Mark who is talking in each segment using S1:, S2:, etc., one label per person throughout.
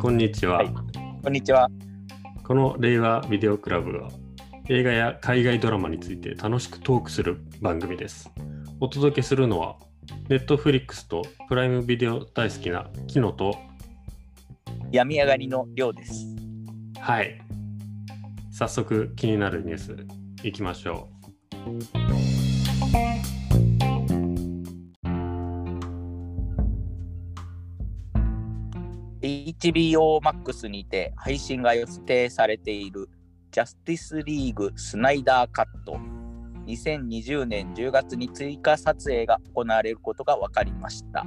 S1: こんにちは、
S2: はいこんにちは。
S1: この令和ビデオクラブは映画や海外ドラマについて楽しくトークする番組ですお届けするのは Netflix とプライムビデオ大好きなキノと
S2: 病み上がりのりょうです。
S1: はい早速気になるニュースいきましょ
S2: で HBO Max にて配信が予定されているジャスティスリーグスナイダーカット2020年10月に追加撮影が行われることが分かりました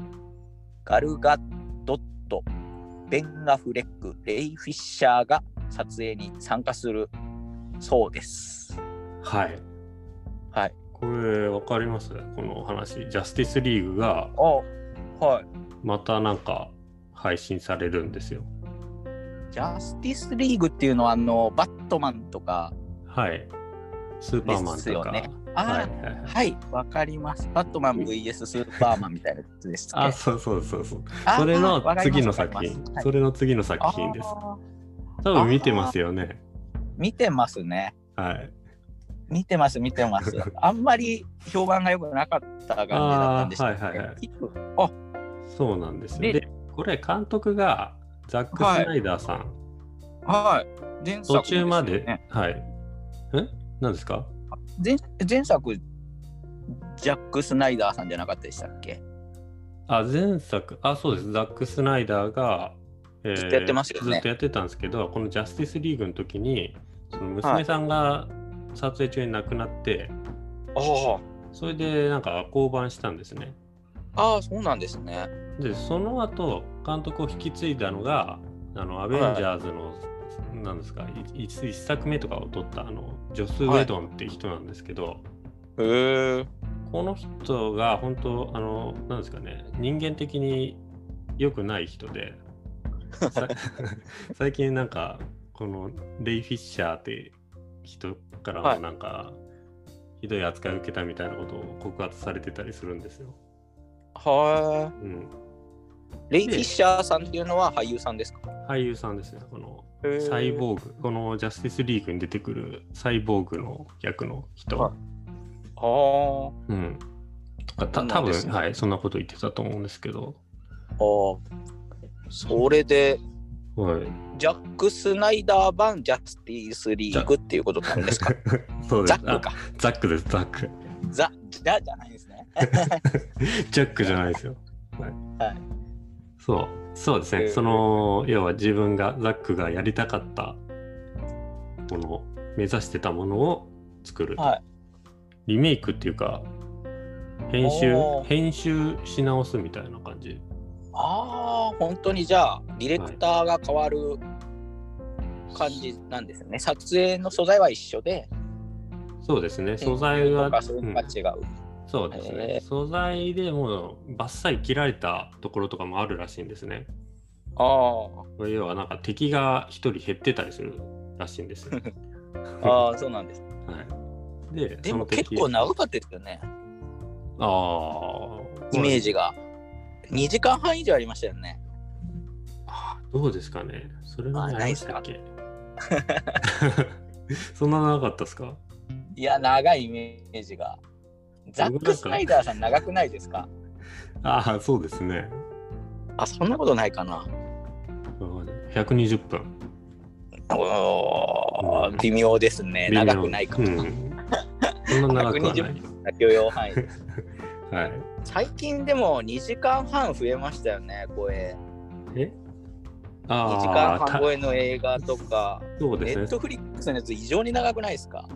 S2: ガルガドットベン・アフレックレイ・フィッシャーが撮影に参加するそうです
S1: うはい
S2: はい
S1: これわかりますこの話ジャスティスリーグが
S2: おはい
S1: またなんか配信されるんですよ
S2: ジャスティスリーグっていうのはあのバットマンとか
S1: はいスーパーマン
S2: です
S1: と
S2: よ
S1: か、
S2: ねあー
S1: はいはいはい。
S2: はい、わかります。バットマン VS スーパーマンみたいなやつです、ね
S1: あそうそうそうそう
S2: あ
S1: それの
S2: わかりま
S1: 次
S2: す
S1: の
S2: わ
S1: 作
S2: かり
S1: 品
S2: ます、はい
S1: それの次の作品です。
S2: あー
S1: 多分見てますよね。
S2: 見てますね。
S1: はい。
S2: 見てます、見て ます。あんまり評判が良くなかった感じだったんでしたっけ
S1: あーはいはいはい
S2: 一部あ
S1: そうなんですよ。
S2: で
S1: で、これ監督がザック・ス
S2: はい
S1: ナイダーさん、
S2: はい。前作
S1: 途中まで、
S2: すよね
S1: はい。え何ですか
S2: 前前作、ジャック・スナイダーさんじゃなかったでしたっけ、
S1: あ、前作、あ、そうです。ザック・スナイダーが、えー
S2: ずっとやってますよね
S1: ずっとやってたんですけど、このジャスティスリーグの時に、その
S2: は
S1: 娘
S2: い
S1: さんが撮影中に亡くなって、それでなんか降板したんですね。
S2: ああ、そうなんですね。
S1: でその後監督を引き継いだのがあのアベンジャーズの、なんですかいい一作目とかを撮ったあのジョス・ウ
S2: はい
S1: ェドンって人なんですけど、
S2: へえ。
S1: この人が本当あのなんですかね人間的に良くない人で さ最近なんかこのレイ・フィッシャーって人から
S2: は
S1: も
S2: い
S1: なんか、ひどい扱いを受けたみたいなことを告発されてたりするんですよ。
S2: は
S1: うん、
S2: い。レイ・フィッシャーさんっていうのは俳優さんですか
S1: 俳優さんですねこのサイボーグ、このジャスティスリーグに出てくるサイボーグの役の人、
S2: はいああ。
S1: うん、とかた
S2: そうな
S1: 多
S2: んで
S1: 分、
S2: すね
S1: はい、そんなこと言ってたと思うんですけど、
S2: ああ、それで、
S1: はい、
S2: ジャック・スナイダー版ジャスティスリーグっていうことなんですか
S1: そうで
S2: ザ
S1: す
S2: ックか。
S1: あザックですザック
S2: ザ、ジャじゃないですね。
S1: ジャックじゃないですよ、はい
S2: はい
S1: そうそうですね、
S2: えー
S1: その要は自分がザックがやりたかったもの目指してたものを作る、
S2: はい。
S1: リメイクっていうか編集
S2: おー
S1: 編集し直すみたいな感じ
S2: ああ、本当にじゃあ、ディレクターが変わる感じなんですね。撮影の素材は一緒で、
S1: そうですね素材は
S2: とかそういうのが
S1: うん
S2: 違う。
S1: そうです
S2: へ
S1: ね
S2: ー
S1: 素材でもうバッサリ切られたところとかもあるらしいんですね要はなんか敵が一人減ってたりするらしいん ですよ、
S2: ああ、ああ、そうなんです。
S1: はい、で
S2: で
S1: その
S2: も
S1: 敵
S2: 結構長かったですよね、
S1: ああ
S2: イメージが。2時間半以上ありましたよね。
S1: あーどうですかねそれは
S2: あー
S1: ないしたっけそんな長かったですか
S2: いや、長いイメージが。ザック・スナイダーさん長くないですか
S1: ああそうですね
S2: あ、そんなことないかな。
S1: うん120分
S2: お
S1: うん
S2: ー微妙ですね。
S1: 微妙
S2: 長くないか
S1: う
S2: も。
S1: んそんな長 くはない
S2: 120許容範囲。
S1: はい
S2: 最近でも2時間半増えましたよね、これ。
S1: え
S2: 2時
S1: あ
S2: 間
S1: あ
S2: 半超えの映画とか、
S1: そうで
S2: ネ
S1: すね
S2: ットフリックスのやつ異常に長くないですか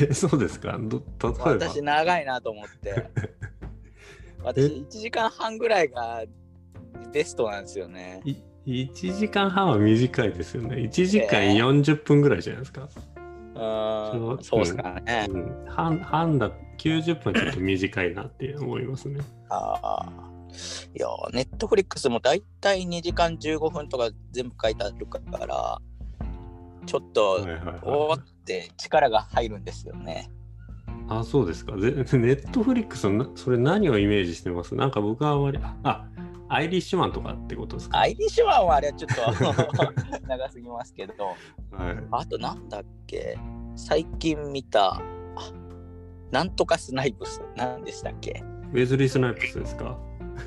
S1: え そうですかど例えば
S2: 私長いなと思 って。私
S1: え
S2: 1時間半ぐらいがベストなんですよね。
S1: い1時間半は短いですよね1時間
S2: ええ
S1: 40分ぐらいじゃないですか、
S2: う
S1: そ
S2: ー、
S1: うん
S2: そうですかね。
S1: うん、半半だ90分ちょっと短いなって思いますね
S2: ああ。いやー、ネットフリックスもだいたい2時間15分とか全部書いてあるから、ちょっ
S1: はい
S2: と、
S1: はい、
S2: おー
S1: は
S2: って力が入るんですよね。
S1: い、あ、そうですか。ぜネットフリックスのなそれ何をイメージしてますなんか僕はあまり、ああ、アイリッシュマンとかってことですか
S2: アイリッシュマンはあれはちょっと 長すぎますけど、
S1: はい。
S2: あとなんだっけ、最近見た、あなんとかスナイプス、なんでしたっけ
S1: ウェズリー・スナイプスです か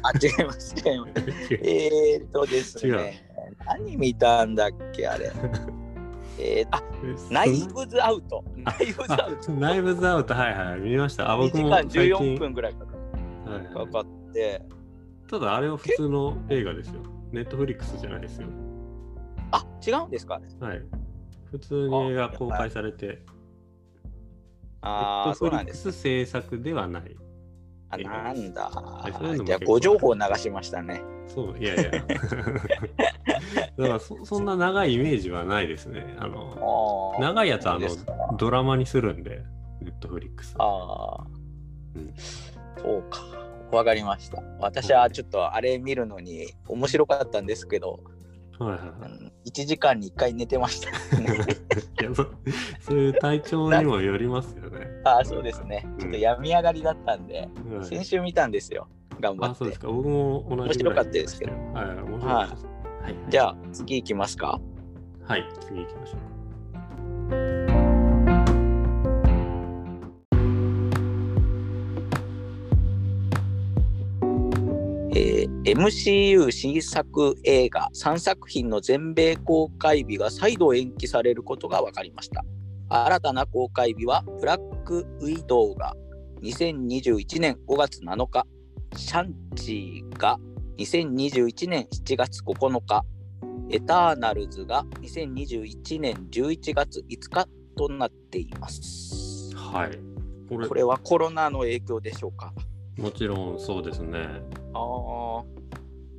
S2: あ、違います、違います。 えーっとですね、何見たんだっけ、あれ。えー、あ、ナイブズアウト。ナイブズアウト。
S1: あナイブズアウト、はいはい、見ました。あ、
S2: 2
S1: 僕
S2: 時
S1: も
S2: 間
S1: 最近
S2: 14分ぐらいかか
S1: はいはい
S2: かって、
S1: ただ、あれは普通の映画ですよ。ネットフリックスじゃないですよ。
S2: あ、違うんですかね。
S1: はい。普通に映画公開されて、ネ
S2: あ
S1: ット
S2: あ、そ
S1: フ
S2: う
S1: リ
S2: な
S1: ッ
S2: んで
S1: ク
S2: す。
S1: ス制作ではない。
S2: あ、なんだ
S1: いそういうのも結構。
S2: じゃあ、ご情報を流しましたね。
S1: そう、いや いや。 だからそ、そんな長いイメージはないですね。あの、
S2: あー
S1: 長いやつはあ
S2: そう
S1: の
S2: ですか
S1: ドラマにするんで、ネットフリックス。
S2: ああ、
S1: うん
S2: そうか。わかりました。私はちょっとあれ見るのに面白かったんですけど、
S1: はいは
S2: う
S1: いはい
S2: ん1時間に1回寝てました、 ね。
S1: いやそそういう体調にもよりますよね。
S2: ああ、そうですね。ちょっと病み上がりだったんで、
S1: はい
S2: 先週見たんですよ。頑張
S1: あ、
S2: っ
S1: そうです
S2: て。
S1: か。僕も同じぐらい見ましたよはい、はい面白かったです。はい。
S2: じゃあ、次行きますか。
S1: はい、次行きましょう
S2: えー MCU 新作映画3作品の全米公開日が再度延期されることが分かりました新たな公開日はブラックウィドウが2021年5月7日シャンチーが2021年7月9日エターナルズが2021年11月5日となっています
S1: か。はい。これ
S2: これはコロナの影響でしょうか
S1: もちろんそうですね。
S2: ああ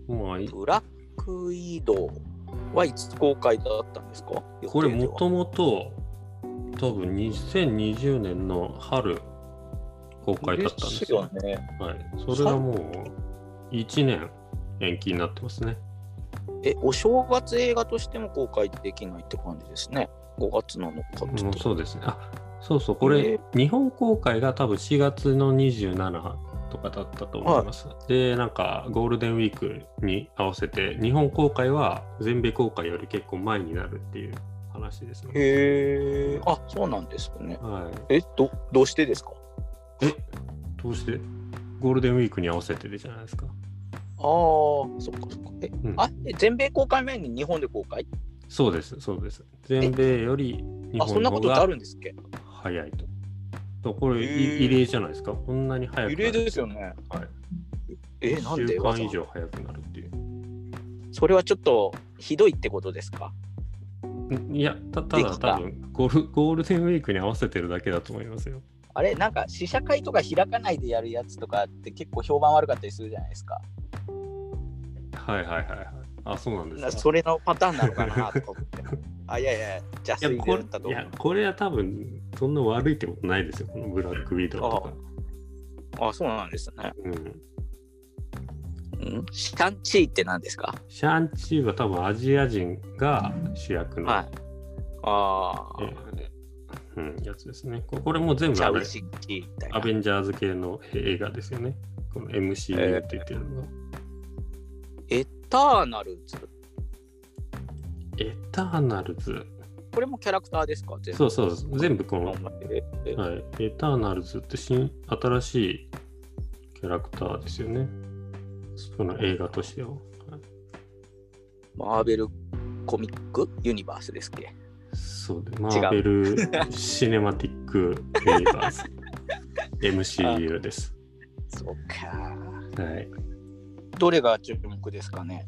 S1: まあ、い
S2: ブラック移動はいつ公開だったんですか
S1: これ
S2: 予定で
S1: も
S2: は
S1: ともと多分2020年の春公開だったんですよ。
S2: ですよね。
S1: はい、それがもう1年延期になってますね。
S2: え、お正月映画としても公開できないって感じですね。5月なのかちょ
S1: う
S2: っ
S1: ん、
S2: と。
S1: そうですね。あそうそう、これ、
S2: え
S1: 日本公開が多分4月の27とかだったと思います。で、なんかゴールデンウィークに合わせて、日本公開は全米公開より結構前になるっていう話ですね。
S2: へえ。あ、そうなんですね。
S1: はい、
S2: え、どどうしてですか
S1: どうしてゴールデンウィークに合わせてでじゃないですか。
S2: ああ、そっかそっか。え、
S1: うん
S2: あえ全米公開前に日本で公開
S1: そうです、そうです。全米より日
S2: あ、そ
S1: 本
S2: ん
S1: の
S2: な
S1: 方
S2: ことってあ
S1: が
S2: るんですっけ
S1: 早いと。とこれ、
S2: へー
S1: い異例じゃないですか。こんなに早くなる。
S2: 異例ですよね。
S1: はい。
S2: え、なん
S1: 1週
S2: でわ
S1: 間
S2: ざ
S1: 以
S2: わざ
S1: 上早くなるっていう。
S2: それはちょっとひどいってことですか
S1: んいや、たた
S2: で
S1: だ
S2: きた
S1: 多分ゴール、ゴールデンウィークに合わせてるだけだと思いますよ。
S2: あれなんか試写会とか開かないでやるやつとかって結構評判悪かったりするじゃないですか。
S1: はいはいはいはい。あ、そうなんです
S2: な
S1: か。
S2: それのパターンなのかなとか思って。 あいやいや、じゃあ
S1: いや
S2: 水
S1: こ
S2: 源
S1: れ
S2: だったと
S1: い
S2: 思
S1: やこれは多分そんな悪いってことないですよ、このブラックビートとか。
S2: う。あそうなんですね。
S1: うん、
S2: うん、シャンチーって何ですか
S1: シャンチーは多分アジア人が主役の、
S2: はい。ああ、
S1: えーうん、やつですね。ここれも全
S2: チ
S1: 部あ
S2: ャ
S1: れ
S2: ウシンキーみたい
S1: ア
S2: な
S1: ベ。ンジャーズ系の映画ですよね。この MCU って言ってるのが。
S2: エターナルズ。
S1: エターナルズ。
S2: これもキャラクターですか全部
S1: そうそうそう、全部この
S2: ええ
S1: はい、エターナルズって新新しいキャラクターですよね。その映画としては。はい
S2: マーベルコミックユニバースですっけ
S1: そうで、マーベル・シネマティック・ユニバー ス。MCU です。
S2: そうか。
S1: はい。
S2: どれが注目ですかね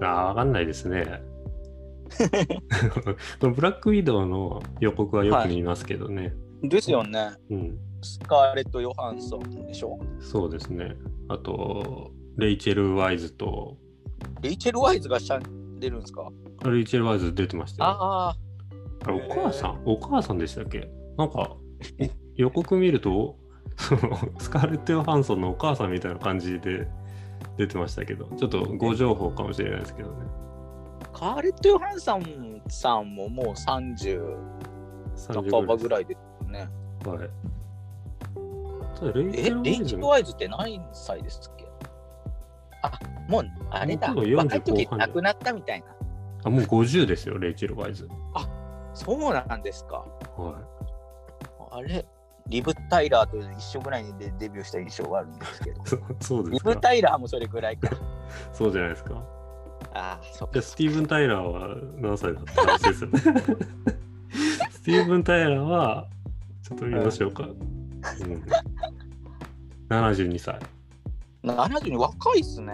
S1: あーわかんないですね。 このブラックウィドウの予告はよく見ますけどね。
S2: ですよね。
S1: うん。
S2: スカーレット・ヨハンソンでしょ
S1: そうですね。あと、レイチェル・ワイズと、
S2: レイチェル・ワイズがシャン出るんですか
S1: レイチェル・ワイズ出てましたよ。
S2: あ
S1: あれお母さん、お母さんでしたっけなんか予告見るとそのスカーレット・ヨハンソンのお母さんみたいな感じで出てましたけどちょっとご情報かもしれないですけどね
S2: あ、カーレット・ヨハンソンさんももう30
S1: 30
S2: 半ばぐらいですよね。
S1: はいただレイチ
S2: え
S1: ェル・、
S2: リ
S1: ワイ
S2: ーチ
S1: ズ
S2: ェル・
S1: も
S2: ワイズって何歳ですっけあ、もう、あれだ。
S1: もう40
S2: 若い時
S1: 後半だ
S2: 亡くなったみたいな。
S1: あもう50ですよ、レイチェル・ワイズ。
S2: そうなんですか。
S1: は
S2: あれ、リブ・タイラーと一緒ぐらいにデデビューした印象があるんですけど
S1: い。。そそうで
S2: リ
S1: すか
S2: ブ・。タイラーもそれぐらいか。
S1: そうじゃないですか。
S2: ああ、そっ
S1: じゃ
S2: か
S1: あ、。スティーブン・タイラーは何歳だったらしいですよね。 スティーブン・タイラーは、ちょっと見ましょうか。うん、72歳。
S2: 72若いっすね。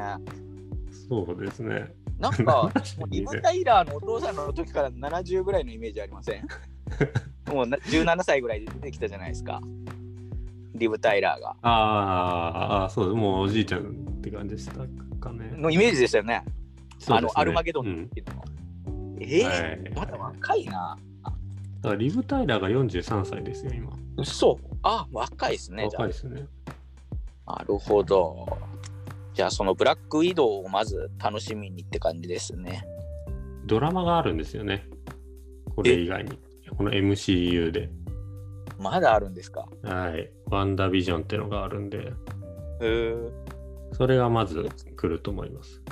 S1: そうですね。
S2: なんか、もうリブ・タイラーのお父さんの時から70ぐらいのイメージありませ んもうな17歳ぐらいで出てきたじゃないですか。リブ・タイラーが。
S1: ああ、あーそうです。もうおじいちゃんって感じでしたかね。
S2: のイメージでしたよね。
S1: そうですね
S2: あのアルマゲド
S1: う
S2: ン
S1: ん
S2: っていうのも。ええ
S1: はい
S2: まだ若いな。
S1: だからリブ・タイラーが43歳ですよ、今。
S2: 嘘あ、若いですね。じゃ
S1: 若いですね。
S2: あなるほど。じゃあそのブラックウィドウをまず楽しみにって感じですね。
S1: ドラマがあるんですよね。これ以外に。この MCU で。
S2: まだあるんですか。
S1: はい。ワンダービジョンってのがあるんで、
S2: へ
S1: それがまず来ると思います。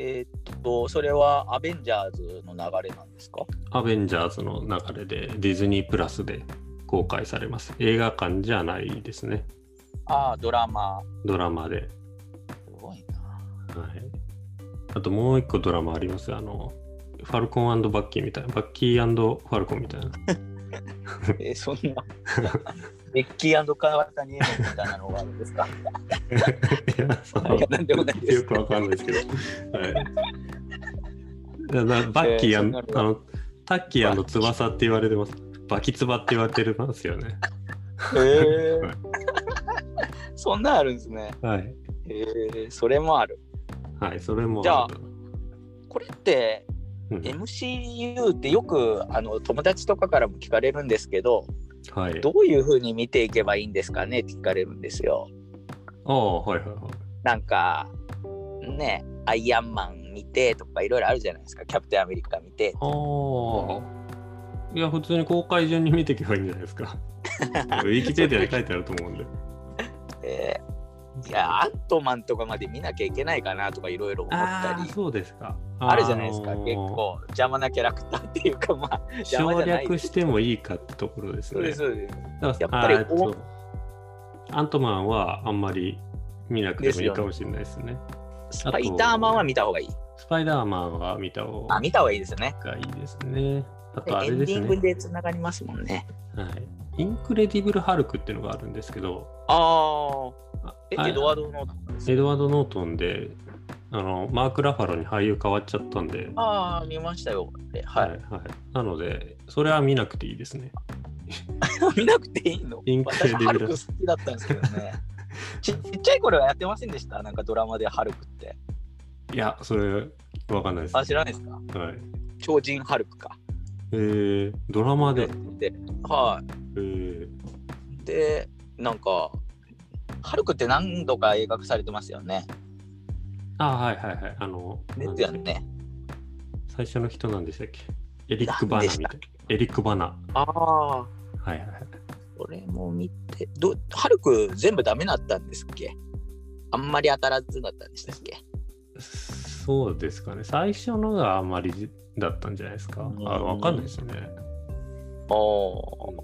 S2: えーっと、それはアベンジャーズの流れなんですか
S1: アベンジャーズの流れでディズニープラスで公開されます。映画館じゃないですね。
S2: ああ、ドラマ。
S1: ドラマで。
S2: すごいな。
S1: はい。あともう一個ドラマあります。あの、ファルコンバッキーみたいな。バッキーファルコンみたいな。
S2: えーそんな。ベッキー川谷絵音みたいなのがあるんですか
S1: いやそ
S2: いや
S1: う
S2: なんでもないです
S1: よくわかんないですけど。はい、だからバッキーや、
S2: えーそんなの
S1: あのタッキーの翼って言われてます。バキツバって言われてますよね。
S2: へえ
S1: はい
S2: そんなんあるんですね。
S1: はい。
S2: へえそれもある。
S1: はい、それも
S2: じゃあ
S1: ると思
S2: これって
S1: ううん
S2: MCU ってよくあの友達とかからも聞かれるんですけど
S1: はい。
S2: どういうふうに見ていけばいいんですかねって聞かれるんですよ。
S1: ああ、はいはいはい。
S2: なんかねアイアンマン見てとかいろいろあるじゃないですかキャプテンアメリカ見て
S1: ああ。いや、普通に公開順に見ていけばいいんじゃないです か。ウィキペディアに書いてあると思うんで。
S2: えーいやアントマンとかまで見なきゃいけないかなとかいろいろ思った
S1: ああ、
S2: り
S1: そうですか。
S2: あるじゃないですか、
S1: あのー
S2: 結構邪魔なキャラクターっていうかまあ邪魔
S1: 省
S2: じゃない
S1: 略してもいいかってところですね。
S2: そうですそうです
S1: だから
S2: や
S1: あ
S2: っぱり
S1: ーえっとアントマンはあんまり見なくてもいいかもしれないですね。
S2: スパイダーマンは見た方がいい。
S1: スパイダーマンは見た方
S2: あ
S1: が
S2: 見た方がいいですね。
S1: いいですね。あとあ
S2: エ
S1: れ
S2: ンデ
S1: です
S2: ィン
S1: ね
S2: グ。でつながりますもんね。
S1: はい、インクレディブル・ハルクっていうのがあるんですけど、
S2: あ
S1: あ
S2: あ、
S1: あ
S2: エドワードの。
S1: エドワード・ノートンであのマーク・ラファロに俳優変わっちゃったんで、
S2: ああ、見ましたよ。はい。
S1: はい、なので、それは見なくていいですね。
S2: 見なくていいの
S1: インクレデ
S2: 私、
S1: ィブル
S2: ハルク好きだったんですけどね。ちちっちゃい頃はやってませんでしたなんかドラマでハルクって。
S1: いや、それわかんないです。は
S2: あ、
S1: い
S2: 知らないですか超人ハルクか。
S1: えー、ドラマで、
S2: で、は
S1: えー
S2: い。で、なんか、ハルクって何度か映画化されてますよね。
S1: あ、はいはいはい、あの、
S2: で
S1: なん
S2: す
S1: だっ
S2: よ
S1: け
S2: ね。
S1: 最初の人なんでしたっけエリック・バナみたい
S2: 何でした
S1: な。エリック・バナ。
S2: ああ。
S1: はいはいはい。
S2: これも見て、どハルク全部ダメだったんですっけあんまり当たらずだったんでしたっけ
S1: そうですかね。最初のがあんまりだったんじゃないですか。
S2: うん
S1: あ、わかんないですね。
S2: おお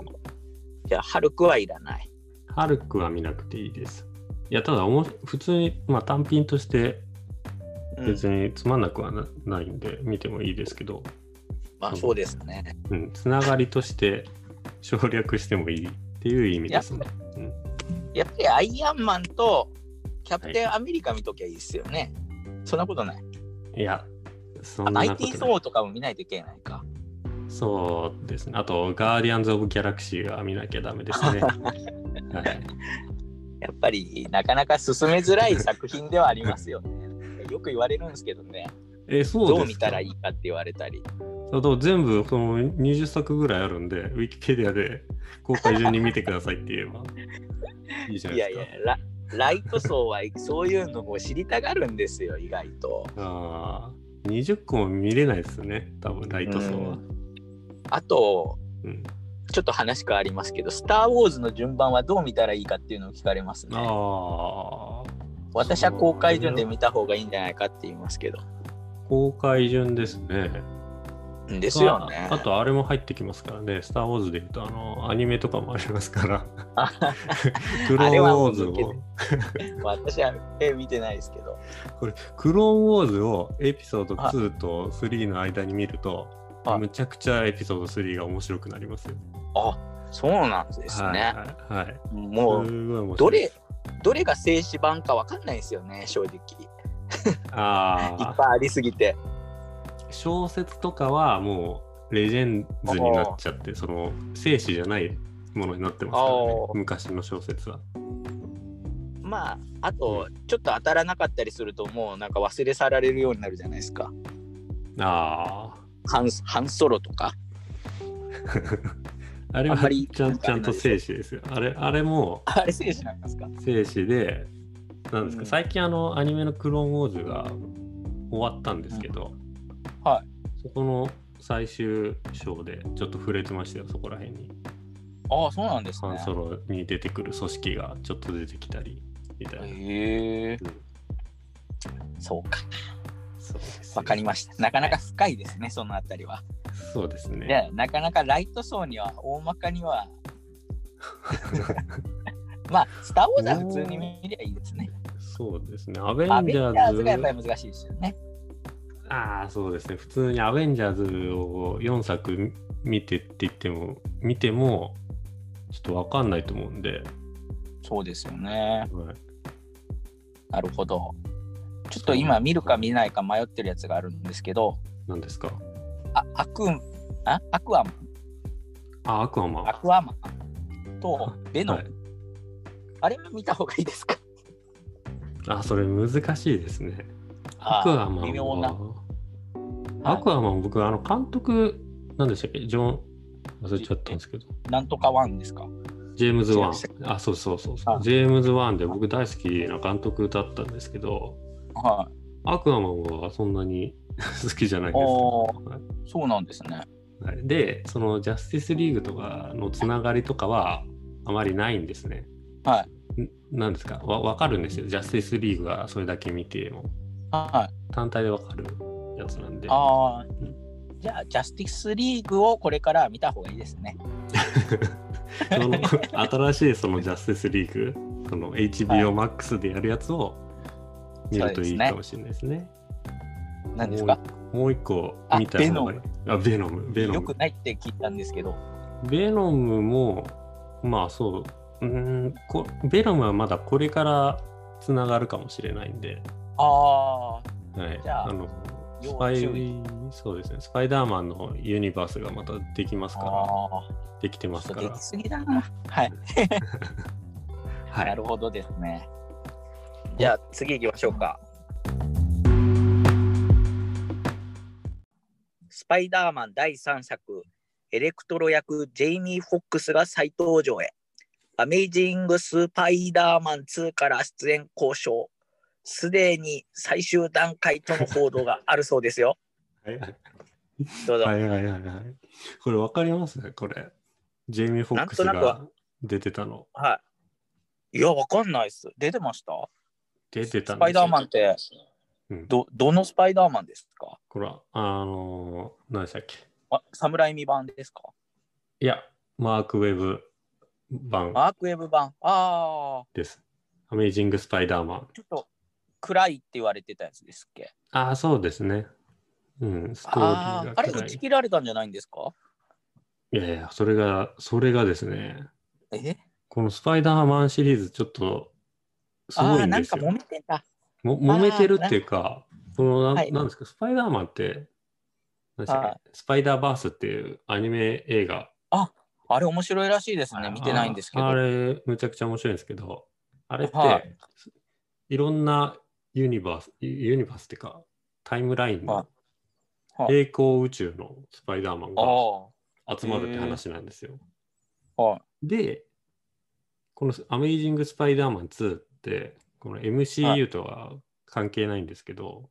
S2: ー。じゃあ、ハルクはいらない。
S1: ハルクは見なくていいです。いや、ただおも、普通に、まあ、単品として
S2: うん
S1: 別につまんなくはな,、いんで、見てもいいですけど、
S2: まあ、そうですね。
S1: うん、つながりとして省略してもいいっていう意味ですね。
S2: やっぱりアイアンマンとキャプテンアメリカ見ときゃいいですよね。そんなことない。
S1: いや、そ
S2: あ
S1: んな
S2: ナ
S1: こと
S2: イティ
S1: ない
S2: ソーとかも見ないといけないか。
S1: そうですね。あと、ガーディアンズ・オブ・ギャラクシーは見なきゃダメです ね。はい、
S2: やっぱりなかなか進めづらい作品ではありますよね。よく言われるんですけどね。
S1: えそうです
S2: どう見たらいいかって言われたり。
S1: あと全部その20作ぐらいあるんで、ウィキペディアで公開順に見てくださいって言えばいいじゃないい
S2: や
S1: で
S2: い
S1: すか。
S2: や、ラライト層はそういうのを知りたがるんですよ、意外と。
S1: あー20個も見れないですね、多分ライト層は。
S2: あと、
S1: うん
S2: ちょっと話変わりますけど、スター・ウォーズの順番はどう見たらいいかっていうのを聞かれますね。
S1: ああ、
S2: 私は公開順で見た方がいいんじゃないかって言いますけど。
S1: 公開順ですね。
S2: ですよね。
S1: ああとあれも入ってきますからね、スター・ウォーズでいうと、あの、アニメとかもありますから、
S2: あ
S1: クローンウォーズ
S2: あれは
S1: を
S2: も、私はえ見てないですけど。
S1: これ、クローンウォーズをエピソード2と3の間に見ると
S2: あ、
S1: むちゃくちゃエピソード3が面白くなりますよ。
S2: あそうなんですね。
S1: はい、はいはい。
S2: もう
S1: すごい面白い
S2: どれどれが静止版かわかんないですよね、正直。い
S1: あ
S2: っ
S1: あ
S2: ぱいありすぎて。
S1: 小説とかはもうレジェンズになっちゃってその生死じゃないものになってますからね
S2: あー
S1: 昔の小説は
S2: まあ、あと、ちょっと当たらなかったりすると、もうなんか忘れ去られるようになるじゃないですか。
S1: あ
S2: ハンハンソロとか。
S1: ああれは
S2: あんまり
S1: ちゃんちゃんと生死ですよあれあれも
S2: あれ静止なんですか
S1: 生死でなんですか、
S2: うん
S1: 最近あのアニメの「クローンウォーズ」が終わったんですけど、
S2: うんはい
S1: そこの最終章でちょっと触れてましたよそこら辺に
S2: ああ、そうなんです
S1: ハン
S2: ね。
S1: ソロに出てくる組織がちょっと出てきたりみたいな、
S2: へえ
S1: うん
S2: そうか、
S1: そうですよ
S2: わかりました。なかなか深いですね、そのあたりは。
S1: そうですね。
S2: で、なかなかライト層には、大まかに は、まあ、スター・ウォーズは普通に見りゃいいですね。
S1: そうですね。アベン
S2: アベン
S1: ジ
S2: ジャ
S1: ャ
S2: ー
S1: ー
S2: ズ
S1: ズ。
S2: がやっぱり難しいですよね。
S1: ああ、そうですね。普通にアベンジャーズを4作見てって言っても、見ても、ちょっとわかんないと思うんで、
S2: そうですよね。
S1: はい
S2: なるほど。ちょっと今、見るか見ないか迷ってるやつがあるんですけど、
S1: 何ですか
S2: あアクンあアクアマン
S1: あ、アクアマン。
S2: アクアマンとベノム、
S1: はい
S2: あれも見た方がいいですか
S1: あ、それ難しいですね。
S2: あー
S1: アクアマンは。
S2: 微妙な。
S1: アクアマン、僕、あの、監督、何でしたっけジョン、忘れちゃったんですけど。
S2: なんとかワンですか
S1: ジェームズ・ワン
S2: ジェーム。
S1: あ、そうそうそうそう。
S2: あ
S1: ジェームズ・ワンで僕大好きな監督だったんですけど、
S2: は
S1: アクアマンはそんなに 好きじゃない
S2: い。
S1: です、
S2: お
S1: どはい
S2: ーそうなんですね。
S1: はいで、そのジャスティスリーグとかのつながりとかはあまりないんですね。。
S2: はい
S1: なんですかわ分かるんですよ。ジャスティスリーグはそれだけ見ても。
S2: はい。
S1: 単体でわかるやつなんで。
S2: ああ。じゃあ、ジャスティスリーグをこれから見た方がいいですね。
S1: その新しいそのジャスティスリーグ、その HBOMAX でやるやつを見るといいかもしれないですね。
S2: 何ですか
S1: もう一個見た方がいい。あ、ベノム。ベノ
S2: よ
S1: ム
S2: く。ないって聞いたんですけど。
S1: ベノムも、まあそう、うーんこ、ベノムはまだこれからつながるかもしれないんで、
S2: ああ。
S1: はい。
S2: じゃあ
S1: の、
S2: 要
S1: スパイ
S2: 注意、
S1: そうですね、スパイダーマンのユニバースがまたできますから、
S2: ああ。
S1: できてま
S2: ち
S1: す
S2: ょっ
S1: か
S2: とで
S1: ら
S2: き、すぎだな。 はい。
S1: は
S2: ないる。ほどですね。じゃあ、次行きましょうか。スパイダーマン第3作、エレクトロ役ジェイミー・フォックスが再登場へ。アメイジング・スーパイダーマン2から出演交渉。すでに最終段階との報道があるそうですよ。
S1: はいはい
S2: どうぞ。
S1: はいはいはいはい。これわかりますね、これ。ジェイミー・フォックス
S2: なんとなく
S1: が
S2: は
S1: 出てたの。
S2: はい。いや、わかんないっす。出てました
S1: 出てたんですよ
S2: スパイダーマンっ。て、
S1: うん
S2: ど、どのスパイダーマンですか
S1: これは、あのー、何でしたっけ
S2: あ、サムライミ版ですか
S1: いや、マーク・ウェブ版
S2: マークウェブ版。ああ、
S1: です。アメイジング・スパイダーマン。
S2: ちょっと暗いって言われてたやつですっけ。
S1: ああ、そうですね。うん、ストーリ
S2: あ
S1: ー
S2: あ
S1: が
S2: ー、あれ
S1: 暗
S2: 打
S1: い
S2: ち切られたんじゃないんですか
S1: いやいや、それが、それがですね、
S2: え
S1: このスパイダーマンシリーズ、ちょっと、す
S2: あ
S1: ごい
S2: あ、
S1: ん
S2: な
S1: で
S2: ん
S1: す
S2: か
S1: よ。
S2: 揉めてた。
S1: も揉めてるっていうか、このな、
S2: はい
S1: なんですか、スパイダーマンって、何でしたっけ
S2: はい
S1: スパイダーバースっていうアニメ映画。
S2: あれ面白いらしいですね。見てないんですけど。
S1: ああ
S2: はい
S1: れ、むちゃくちゃ面白いんですけど、あれって、
S2: はい
S1: い、ろんなユニバース、ユユニバースっていうか、タイムライン
S2: は
S1: の、
S2: はい
S1: 平行宇宙のスパイダーマン
S2: あ
S1: が
S2: あ、
S1: 集まるって話なんですよ。
S2: はい。
S1: で、この「アメイジング・スパイダーマン2」って、この MCU とは関係ないんですけど、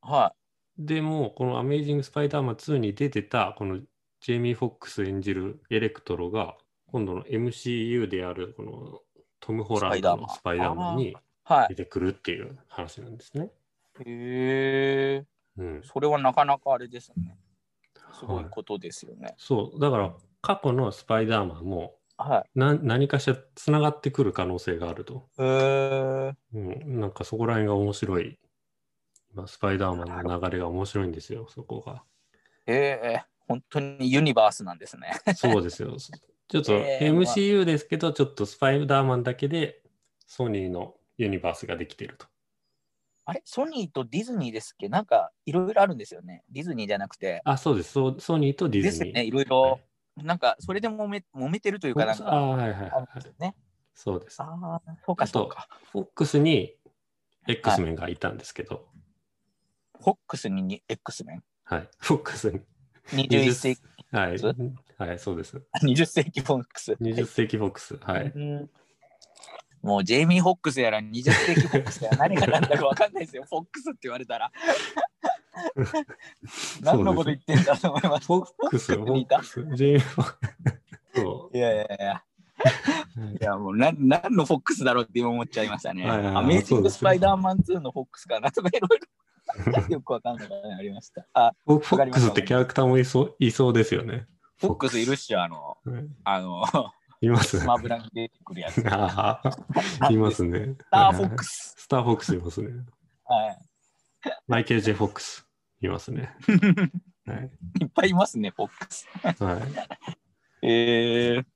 S2: は
S1: でも、この「アメイジング・スパイダーマン2」に出てた、このジェイミー・フォックス演じるエレクトロが、今度の MCU であるこのトム・ホランドのス
S2: ス
S1: パ
S2: パ
S1: イ
S2: イダ
S1: ダー
S2: ーマ
S1: マ
S2: ン
S1: ンに
S2: は
S1: 出てくるっていう話なんですね。
S2: い。へえ。
S1: うん、
S2: それはなかなかあれですね。すご
S1: はい
S2: ことですよね。
S1: そう、だから過去のスパイダーマンも
S2: は
S1: な何かしらつながってくる可能性があると。
S2: い。へえ。
S1: うん、なんかそこら辺が面白い。今スパイダーマンの流れが面白いんですよ、そこが。
S2: ええ。本当にユニバースなんですね。
S1: そうですよ。ちょっと
S2: えー
S1: MCU ですけど、ちょっとスパイダーマンだけでソニーのユニバースができてると。
S2: あれソニーとディズニーですっけなんかいろいろあるんですよね。ディズニーじゃなくて。
S1: あ、そうです。ソソニーとデ
S2: で
S1: ィ
S2: す
S1: ズニー。
S2: ね、いろい
S1: は
S2: ろ。なんかそれでもめ揉めてるというか、なん
S1: い、あ
S2: か
S1: はいはいはい
S2: あるんですよね。
S1: そうです。
S2: ああ、そうか
S1: あと
S2: そうか。
S1: FOX に X メンがいたんですけど、
S2: フォックスにに X メン。
S1: はい、FOX に。
S2: 21世紀、
S1: はい
S2: そ、
S1: はい、そうです。
S2: 20世紀フォックス。
S1: 20世紀 FOX。はい。
S2: うんもうジェイミー・フォックスやら20世紀フォックスやら何が何だか分かんないですよ。フォックスって言わ れたら。何のこと言ってんだと思いま
S1: FOX、
S2: す。フォックスにいた
S1: FOX、ジェイミーフォックス。そ
S2: いやいやいや。
S1: う。はい
S2: いやもうな何のフォックスだろうって今思っちゃいましたね。
S1: はいはいはい
S2: アメージン
S1: そうで
S2: グ・
S1: す
S2: スパイダーマン2のフォックスかなとかいろ いろよくわかんないのがありました。あ、
S1: フォックスってキャラクターもいそういそうですよね。
S2: フォックスいるっしょ、あの、
S1: はい
S2: あの、
S1: います
S2: スマブラに出てくるやつ。ス
S1: ああ、 いますね。
S2: ター・フォック
S1: ス。
S2: ス。
S1: スターフォックスいますね。
S2: は
S1: マイケル・ J ・フォックスいます ね。はい。
S2: い。いっぱいいますね、フォックス。
S1: はい、
S2: えー、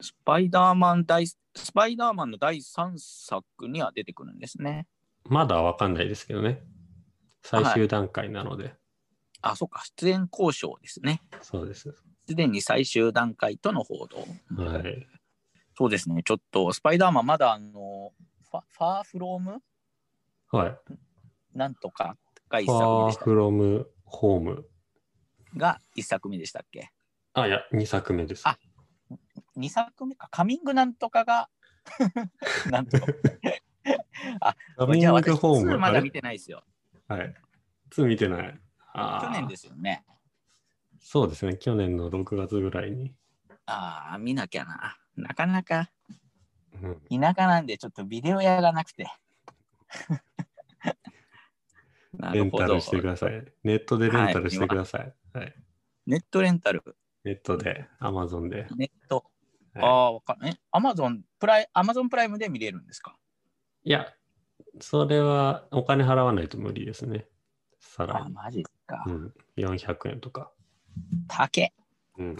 S2: スパイダーマン第、スパイダーマンの第3作には出てくるんですね。
S1: まだわかんないですけどね。最終段階なので。
S2: あ、そっか、出演交渉ですね。
S1: そうです。
S2: すでに最終段階との報道。
S1: はい。
S2: そうですね、ちょっとスパイダーマンまだあのファファーフローム
S1: はい。
S2: なんとかが一
S1: フ
S2: 作目
S1: ァ
S2: で
S1: ー
S2: した
S1: フロム・ホーム。
S2: が一作目でしたっけ
S1: あ、いや、2作目です。
S2: あ二作目かカミングなんとかが なんとか
S1: ダミ
S2: じゃあ
S1: ン
S2: 私
S1: グ・ホーム。
S2: 2まだ
S1: あ
S2: 見
S1: れ
S2: てないですよ
S1: はい。2見てない。あ。
S2: 去年ですすよね
S1: そうですね。去年の6月ぐらいに。
S2: ああ見なきゃななかなか
S1: うん、
S2: 田舎なんでちょっとビデオ屋がなくて な
S1: レ
S2: る
S1: ン
S2: ほ
S1: タ
S2: ど
S1: ルしてください。ネットでレンタルしてください。はい。
S2: ネットレンタル
S1: ネットで、アマゾンで。
S2: ネット、
S1: はい
S2: ああわかんないアマゾンプライアマゾンプライムで見れるんですか
S1: いや、それはお金払わないと無理ですね。さら
S2: あ
S1: に。
S2: マジか、
S1: うん、400円とか。
S2: 竹
S1: うん、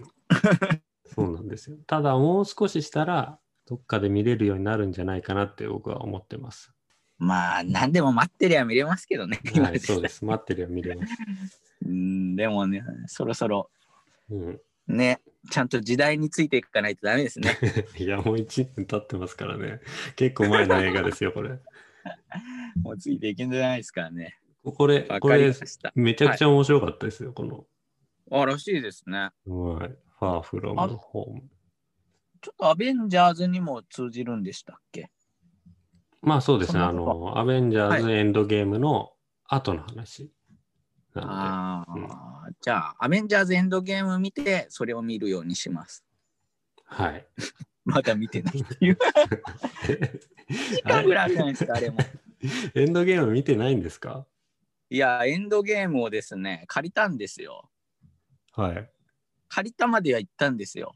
S1: そうなんですよ。ただ、もう少ししたら、どっかで見れるようになるんじゃないかなって僕は思ってます。
S2: まあ、何でも待ってりゃ見れますけどね、今
S1: はい、
S2: です
S1: そうです。待ってれば見れます。
S2: うん、でもね、そろそろ、
S1: うん、
S2: ね、ちゃんと時代についていかないとダメです ね。
S1: いや、もう1年経ってますからね。結構前の映画ですよ、 これ。
S2: もうついていけんじゃないですからね。
S1: これ、
S2: わ
S1: こ
S2: かり
S1: れ
S2: ま、した。
S1: めちゃくちゃ面白かったですよ、この。
S2: あ、らしいですね。
S1: はい。ファーフロム
S2: あ
S1: ホーム。
S2: ちょっとアベンジャーズにも通じるんでしたっけ
S1: まあそうですね、
S2: そ
S1: あ
S2: んなこ
S1: の、アベンジャーズエンドゲームの後の話なので、
S2: ああ、じゃあ、アベンジャーズエンドゲーム見て、それを見るようにします。
S1: はい。
S2: まだ見 てないっていう。時間ぐらいあるじゃないですか、あれも。
S1: エンドゲーム見てないんですか
S2: いや、エンドゲームをですね、借りたんですよ。
S1: はい。
S2: 借りたまでは行ったんですよ。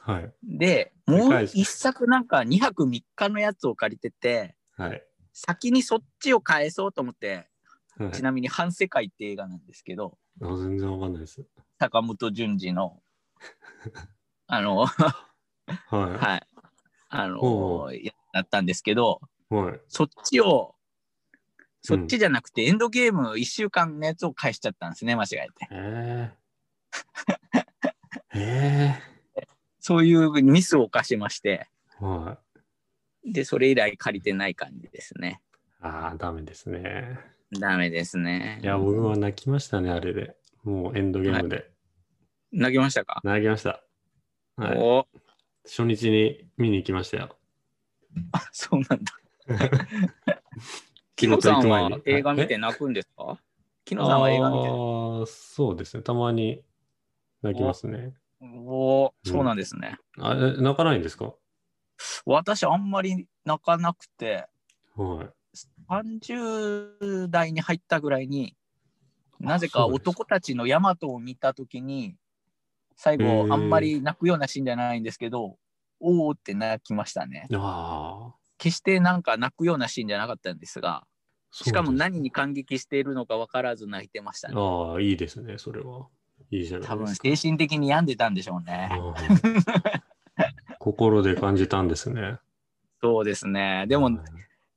S1: はい。
S2: で、
S1: 繰り
S2: もう
S1: 返し
S2: 一作なんか2泊3日のやつを借りてて、
S1: はい。
S2: 先にそっちを返そうと思って、
S1: はい、
S2: ちなみに「反世界」って映画なんですけど、
S1: あ全然わかんないです。
S2: 坂本淳二の、 あの、
S1: は
S2: はい、あ
S1: おうお
S2: の、やだったんですけど、
S1: い。はい。
S2: そっちを、そっちじゃなくて、エンドゲーム1週間のやつを返しちゃったんですね、間違えて。
S1: えー、え
S2: そういうミスを犯しまして、
S1: ー、はい。
S2: で、それ以来借りてない感じですね。
S1: ああ、ダメですね。
S2: ダメですね。
S1: いや、僕は泣きましたね、あれで。もうエンドゲームで。
S2: 投げましたか、
S1: 泣きました。はい。
S2: お
S1: 初日に見に行きましたよ。
S2: あ そうなんだ。
S1: キ
S2: キ
S1: ノ
S2: ノ
S1: さ
S2: さ
S1: ん
S2: ん
S1: は
S2: は
S1: 映
S2: 映
S1: 画
S2: 画
S1: 見
S2: 見
S1: て
S2: て泣くんですかキノさんは映画見て
S1: あーそうですね。たまに泣きますね。
S2: おお、
S1: うん
S2: そうなんですね。
S1: あれ、泣かないんですか
S2: 私、あんまり泣かなくて、
S1: はい。
S2: 30代に入ったぐらいになぜ
S1: そ
S2: か
S1: うです
S2: 男たちのヤマトを見た時に最
S1: へ
S2: 後
S1: ー
S2: あんまり泣くようなシーンじゃないんですけどおおって泣きましたね
S1: ああ。
S2: 決してなんか泣くようなシーンじゃなかったんですが
S1: そうです
S2: しかも何に感激しているのか分からず泣いてましたね
S1: ああ、いいですね、それは。いいじゃな
S2: 多
S1: いで
S2: 分
S1: すか。
S2: 精神的に病んでたんでしょうね
S1: ああ心で感じたんですね。
S2: そうですねでも
S1: はい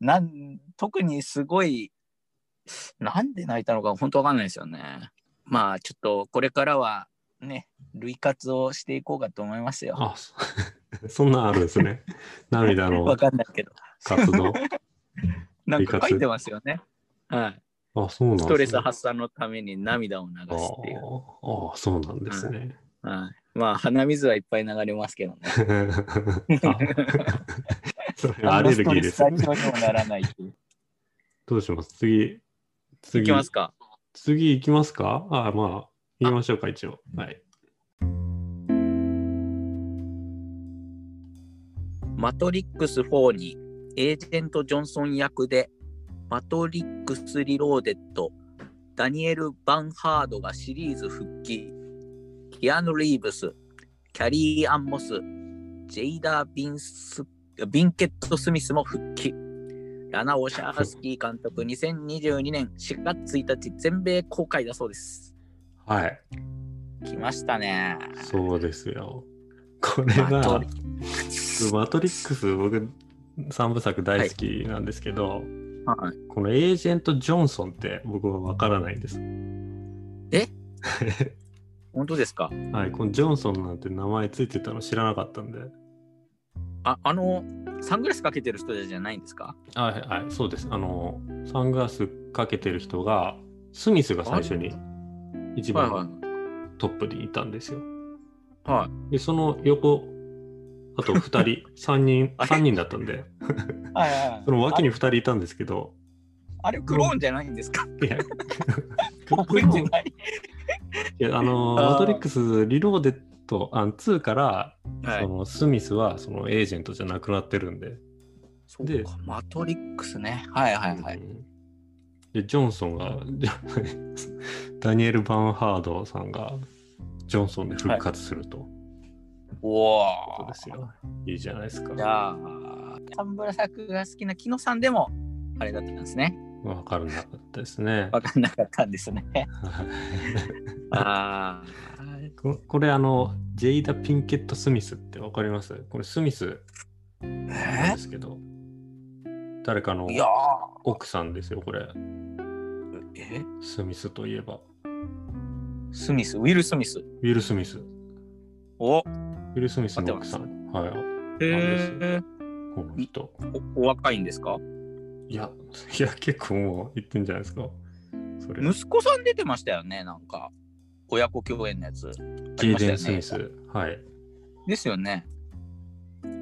S2: なん特にすごいなんで泣いたのか本当わかんないですよねまあちょっとこれからはね類活をしていこうかと思いますよ
S1: あそ そんなんあるんです ね。涙
S2: わ
S1: の
S2: かんないけど
S1: 活動。
S2: なん
S1: 涙
S2: か
S1: 活
S2: 書いてますよねはい
S1: あ、そうなんですね。
S2: ストレス発散のために涙を流すっていう、
S1: ああああ、そうなんですね。
S2: はい、まあ鼻水はいっぱい流れます けどね
S1: あそれアレルギーです
S2: あ。んまストレス対象にもならないっていう
S1: どうします次。次
S2: いきますか
S1: 次行きますかあまあ、言いましょうか、一応。はい。
S2: マトリックス4にエージェント・ジョンソン役でマトリックス・リローデッド、ダニエル・バンハードがシリーズ復帰、キアヌ・リーブス、キャリー・アンモス、ジェイダー・ビンスビンケット・スミスも復帰。ラナ・オシャースキー監督2022年4月1日全米公開だそうです。
S1: はい。
S2: 来ましたね。
S1: そうですよ。これ
S2: マト
S1: が
S2: リ、
S1: マトリックス、僕、三部作大好きなんですけど、
S2: はい、
S1: このエージェント・ジョンソンって僕はわからないです。
S2: え本当ですか
S1: はい、このジョンソンなんて名前ついてたの知らなかったんで。
S2: ああの、サングラスかけてる人じゃないんですか
S1: はいはい、そうです。あの、サングラスかけてる人が、スミスが最初に一
S2: はいはい
S1: 番トップにいたんですよ。
S2: はい。
S1: で、その横、あと2人、3人、
S2: あれ
S1: 3人だったんで、
S2: はいはいはい
S1: その脇に2人いたんですけど、
S2: あれクローンじゃないんですか
S1: い や、
S2: かっこいいんじゃない
S1: いやあの、
S2: あー
S1: マトリックス、リローデッド、あの2から、そのスミスはそのエージェントじゃなくなってるんで、
S2: そう
S1: で
S2: か、マトリックスね。はいはいは
S1: う
S2: い。
S1: んで、ジョンソンが、ジョ ダニエル・バンハードさんが、ジョンソンで復活するという
S2: お
S1: こと
S2: お
S1: で。すよ。い、いじゃないです
S2: じ
S1: か。
S2: ゃあ、サンブラ作が好きな木野さんでも、あれだったんですね。
S1: わからなかったですね。
S2: わかんなかったんです ね。あ
S1: ここれ、あの、ジェイダ・ピンケット・スミスってわかりますこれ、スミス
S2: あ。
S1: なん
S2: え
S1: ですけど、誰かの
S2: いや
S1: 奥さんですよ、これ。
S2: ーえ
S1: スミスといえば。
S2: スミス、ウィル・スミス。
S1: ウィル・スミス。ウ
S2: お
S1: ィル・スミスの奥さん。はい。
S2: え
S1: この人。
S2: おお若いんですか
S1: いや、いや、結構もう言ってんじゃないですか。それ。
S2: 息子さん出てましたよね、なんか。親子共演のやつ。あ
S1: ジ
S2: り
S1: ェイ
S2: ました
S1: デン・
S2: よ
S1: スミ
S2: ね
S1: ス。はい。
S2: ですよね。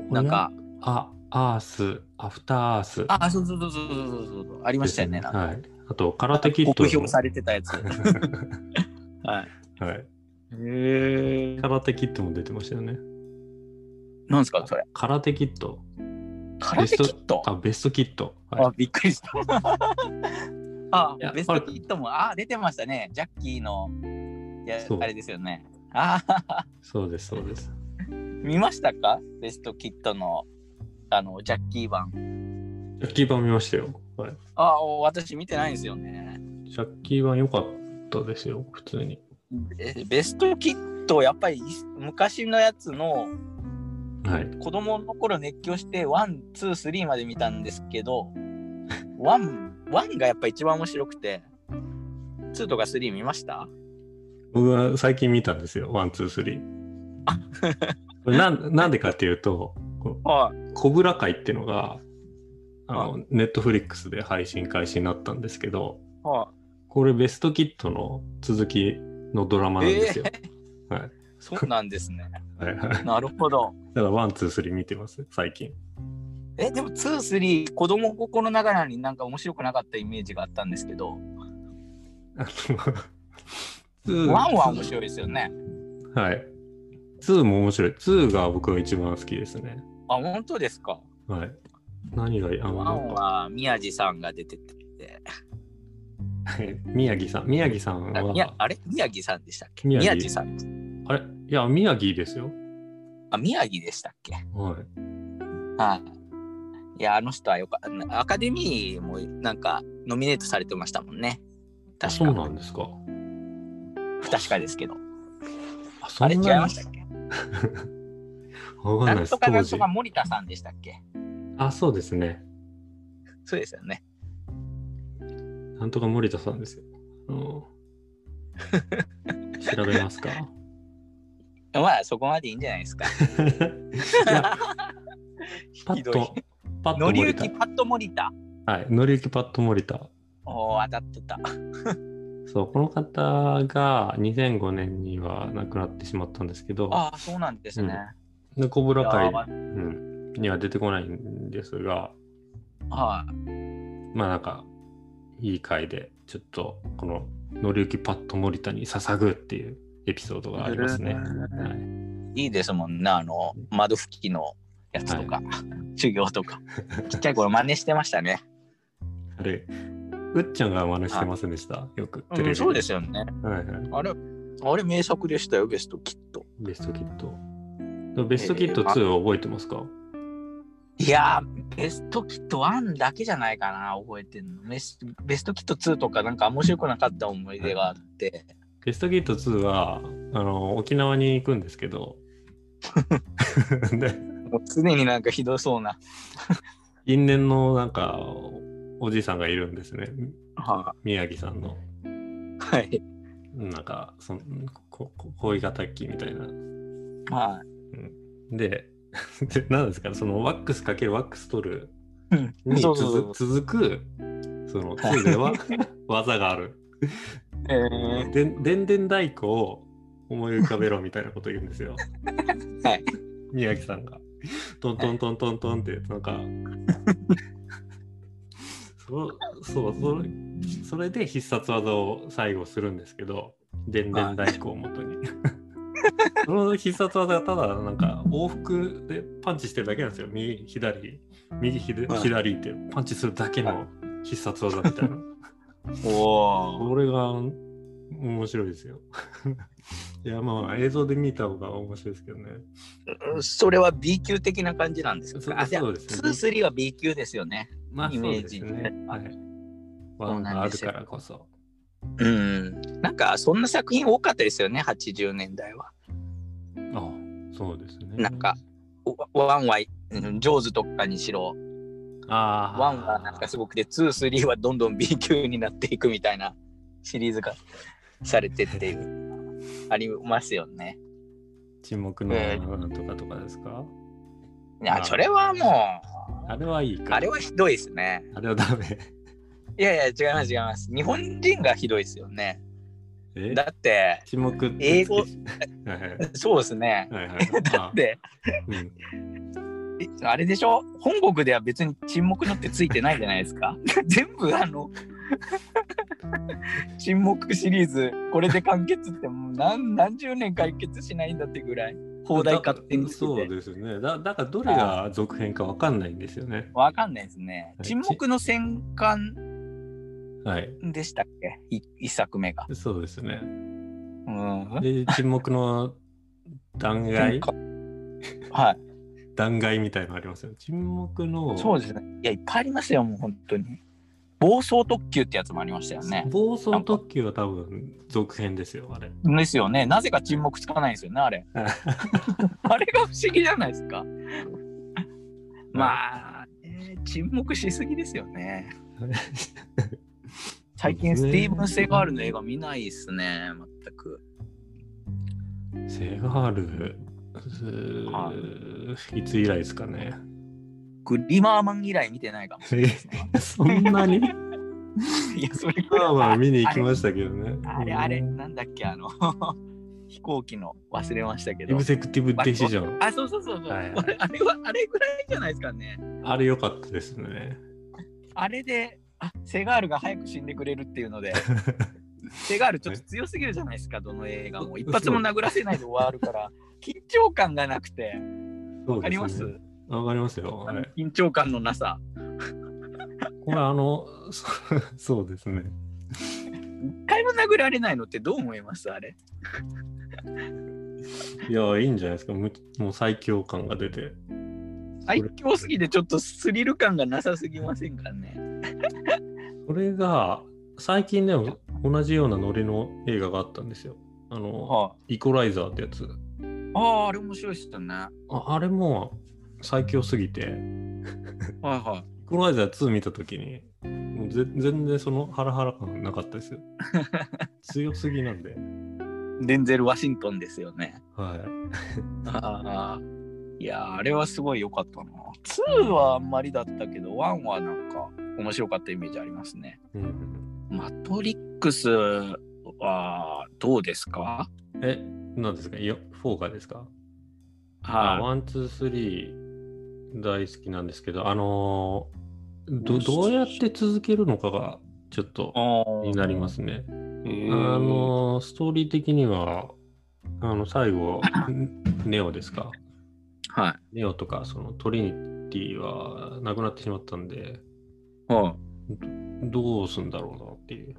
S2: なんか。
S1: あ、アース、アフターアース。
S2: あ、そうそうそうそうそうそうそう、ありましたよね。
S1: で
S2: な
S1: す
S2: んか
S1: はい。あと、空手キッド
S2: 酷
S1: の。
S2: 評されてた やつ。はい。
S1: はい。
S2: へえ。
S1: 空手キッドも出てましたよね。
S2: なんですか、それ。
S1: 空手キッド。
S2: 空手キット。
S1: あ、ベストキッド。はい
S2: あ、びっくりした。 あ
S1: いや、
S2: ベストキットも、あ、出てましたね。ジャッキーの。いや
S1: そう、
S2: あれですよね。あ、
S1: そうです、そうです。
S2: 見ましたか、ベストキットの。あの、ジャッキー版。
S1: ジャッキー版見ましたよ。はい。
S2: あ、私見てないんですよね。
S1: ジャッキー版良かったですよ、普通に。
S2: えベストキット、やっぱり昔のやつの
S1: はい。
S2: 子供の頃熱狂してワンツースリーまで見たんですけどワンワンがやっぱ一番面白くてツーとかスリー見ました
S1: 僕は最近見たんですよ、ワン、ツー、ス リー。これなんなんでかっていうと、こ
S2: はい
S1: コブラ会っていうのが、あの、ネットフリックスで配信開始になったんですけど、
S2: は
S1: これベストキットの続きのドラマなんですよ。はい
S2: いそうなんですね
S1: はいはい。だか
S2: なるほど
S1: ら、ワン、ツー、スリー見てます、最近。
S2: えでもツースリー子供心ながらになんか面白くなかったイメージがあったんですけど
S1: あのツー
S2: ワンは面白いですよね
S1: ははい。2も面白い。2が僕が一番好きですね。
S2: あ、本当ですか。
S1: はい。何がいいあ
S2: ワ
S1: の、なん
S2: ン
S1: か、
S2: は宮地さんが出てて。
S1: はい宮城さん。宮城さん
S2: あみや
S1: は、
S2: あれ宮城さんでしたっけ
S1: 宮
S2: 宮
S1: 城
S2: 地さん。
S1: あれいや、宮城ですよ。
S2: あ、宮城でしたっけ
S1: はい。
S2: はい。いや、あの人はよかった。アカデミーもなんかノミネートされてましたもんね。
S1: あ、
S2: 確
S1: そうな
S2: か。
S1: んですか。
S2: 不確かですけど。
S1: あ、そ
S2: あれ違
S1: ん
S2: い
S1: な
S2: ま
S1: に
S2: したっけ
S1: わかん
S2: な
S1: ない
S2: ん
S1: です
S2: と。かな
S1: 当
S2: んと
S1: 時
S2: か。森田さんでしたっけ
S1: あ、そうですね。
S2: そうですよね。
S1: なんとか森田さんですよ。 うん、調べますかい
S2: まあそこまでいいんじゃないですか。
S1: やパッ
S2: ひどい
S1: と、パッ
S2: 乗
S1: と
S2: り
S1: 森
S2: 行
S1: 田
S2: き。パッと森田。
S1: はい。乗り行きパッと森田。
S2: おお、当たってた。
S1: そう、この方が2005年には亡くなってしまったんですけど、
S2: ああ、そうなんですね。
S1: でコブラ
S2: いや
S1: 会、
S2: ー
S1: うん、には出てこないんですが、
S2: は
S1: まあなんか、いい回で、ちょっとこの乗り行きパッと森田に捧ぐっていうエピソードがありますね。はい
S2: い。いいですもんね。あの、窓拭きのやつとか、 授業とか。ちっちゃい頃真似してましたね。
S1: あれ、うっちゃんが真似してませんでした、よくテレビ、
S2: うん、そうですよね。
S1: はいはい。
S2: あれ、あれ名作でしたよ、ベストきっと。
S1: ベストキット。でもベストキット2を覚えてますか、
S2: いやー、ベストキット1だけじゃないかな、覚えてんの。ベスベストキット2とかなんか面白くなかった思い出があって。
S1: ベストキット2は、あの、沖縄に行くんですけ ど、で、
S2: もう常になんかひどそうな。
S1: 因縁のなんかおじいさんがいるんですね
S2: は
S1: 宮城さんの
S2: い。
S1: なんかそのここ恋敵みたいな
S2: は
S1: でで何ですかそのワックスかけるワックス取る
S2: い。うん
S1: に
S2: そ
S1: 続
S2: うそうそう。
S1: 続くその2では 技がある
S2: えー
S1: ででんでん太鼓を思い浮かべろみたいなこと言うんですよ
S2: はい
S1: 宮城さんがトントントントントンってなんか そうそうそれそれで必殺技を最後するんですけどでんでん太鼓をもとに その必殺技がただなんか往復でパンチしてるだけなんですよ右左右ひで
S2: はい
S1: 左ってパンチするだけの必殺技みたいな
S2: おお。
S1: これが面白いです よ。いや、まあ映像で見た方が面白いですけどね。
S2: それは B 級的な感じなんです
S1: そう
S2: かあ、じゃあ、
S1: そう
S2: 2、
S1: ですね
S2: 3は B 級ですよね。
S1: まあ
S2: イ
S1: そ
S2: メ
S1: う
S2: ー
S1: です
S2: ジ
S1: ね。はい。ワンがあるからこそ。
S2: うん。なんか、そんな作品多かったですよね、80年代は。
S1: あそうですね。
S2: なんか、ワワンは、うんジョーズとかにしろ、
S1: ああ。
S2: ワンはなんかすごくて、ツー、スリーはどんどん B 級になっていくみたいなシリーズがされてっていう、ありますよね。
S1: 沈黙の
S2: え
S1: なんとかとかですか、
S2: いや、それはも、
S1: あれはいいうか。
S2: あれはひどいですね。
S1: あれはダメ。
S2: いやいや、違います、違います。日本人がひどいですよね。
S1: え
S2: だって、
S1: 沈黙って
S2: 英語
S1: はいはい。
S2: そうですね。
S1: はいはい。 だ
S2: で、
S1: うん、
S2: あれでしょ本国では別に沈黙のってついてないじゃないですか。 全部あの 沈黙シリーズこれで完結ってもう何何十年解決しないんだってぐらい放題勝手にして
S1: そう
S2: て
S1: ですね。だだからどれが続編かわかんないんですよね。
S2: わかんないですね。
S1: はい
S2: 沈黙の戦艦
S1: はい。
S2: でしたっけい一作目が。
S1: そうですね。
S2: うん。
S1: で、沈黙の断崖
S2: 戦艦はい。
S1: 断崖みたいのありますよ。沈黙の
S2: そうですね。いやいっぱいありますよもう本当に。暴走特急ってやつもありましたよね。
S1: 暴走特急は多分続編ですよ、あ れ。
S2: ですよね。なぜか沈黙つかないんですよね、あれ。 あれが不思議じゃないですか。まあ、ね沈黙しすぎですよね。最近、スティーブン・セガールの映画見ないですね、全く。
S1: セガール、うーいつ以来ですかね。
S2: グリマーマン以来見てないかもしれないですね。
S1: そんなに
S2: いや、それ
S1: まあまあ
S2: あ
S1: 見に行きましたけどね。
S2: あれ、あれ、
S1: うん
S2: なんだっけ、あの、 飛行機の忘れましたけ
S1: エ
S2: ど
S1: グ。ゼクティブデシジョン。
S2: あ、そうそうそうそう、
S1: はいはい
S2: あれあれは、あれぐらいじゃないですかね。
S1: あれ良かったですね。
S2: あれで、あセガールが早く死んでくれるっていうので、手があるちょっと強すぎるじゃないですか、どの映画も。一発も殴らせないで終わるから、緊張感がなくて、
S1: わ
S2: わかります
S1: わかりますよ。は
S2: あの
S1: い
S2: 緊張感のなさ。
S1: これあの、そ そうですね。
S2: 一回も殴られないのってどう思いますあれ。
S1: いや、いいんじゃないですか。むもう最強感が出て。
S2: 愛嬌すぎてちょっとスリル感がなさすぎませんかね。
S1: それが、最近でも同じようなノリの映画があったんですよ。あの、
S2: は
S1: イコライザーってやつ。
S2: あ、ああ、あれ面白いっすよね。は
S1: ああれも最強すぎて、
S2: いは
S1: イコライザー2見たときに、もうぜ全然そのハラハラ感なかったですよ。強すぎなんで。
S2: い。デンゼル・ワシントンですよね。
S1: はい。
S2: ああ。いやー、あれはすごい良かったな。2はあんまりだったけど、1はなんか面白かったイメージありますね。
S1: うん、
S2: マトリックスはどうですか
S1: え、何ですかよ ?4 がですかあ
S2: は
S1: ワン、ツー、スリー大好きなんですけど、あのーど、
S2: よし
S1: どうやって続けるのかがちょっと
S2: い。あ
S1: になりますね。あ
S2: の
S1: のー、ストーリー的には、あの、最後、んネオですか
S2: は
S1: ネオとか、そのトリニティはなくなってしまったんで、
S2: い。はい
S1: どうすんだろうなっていう。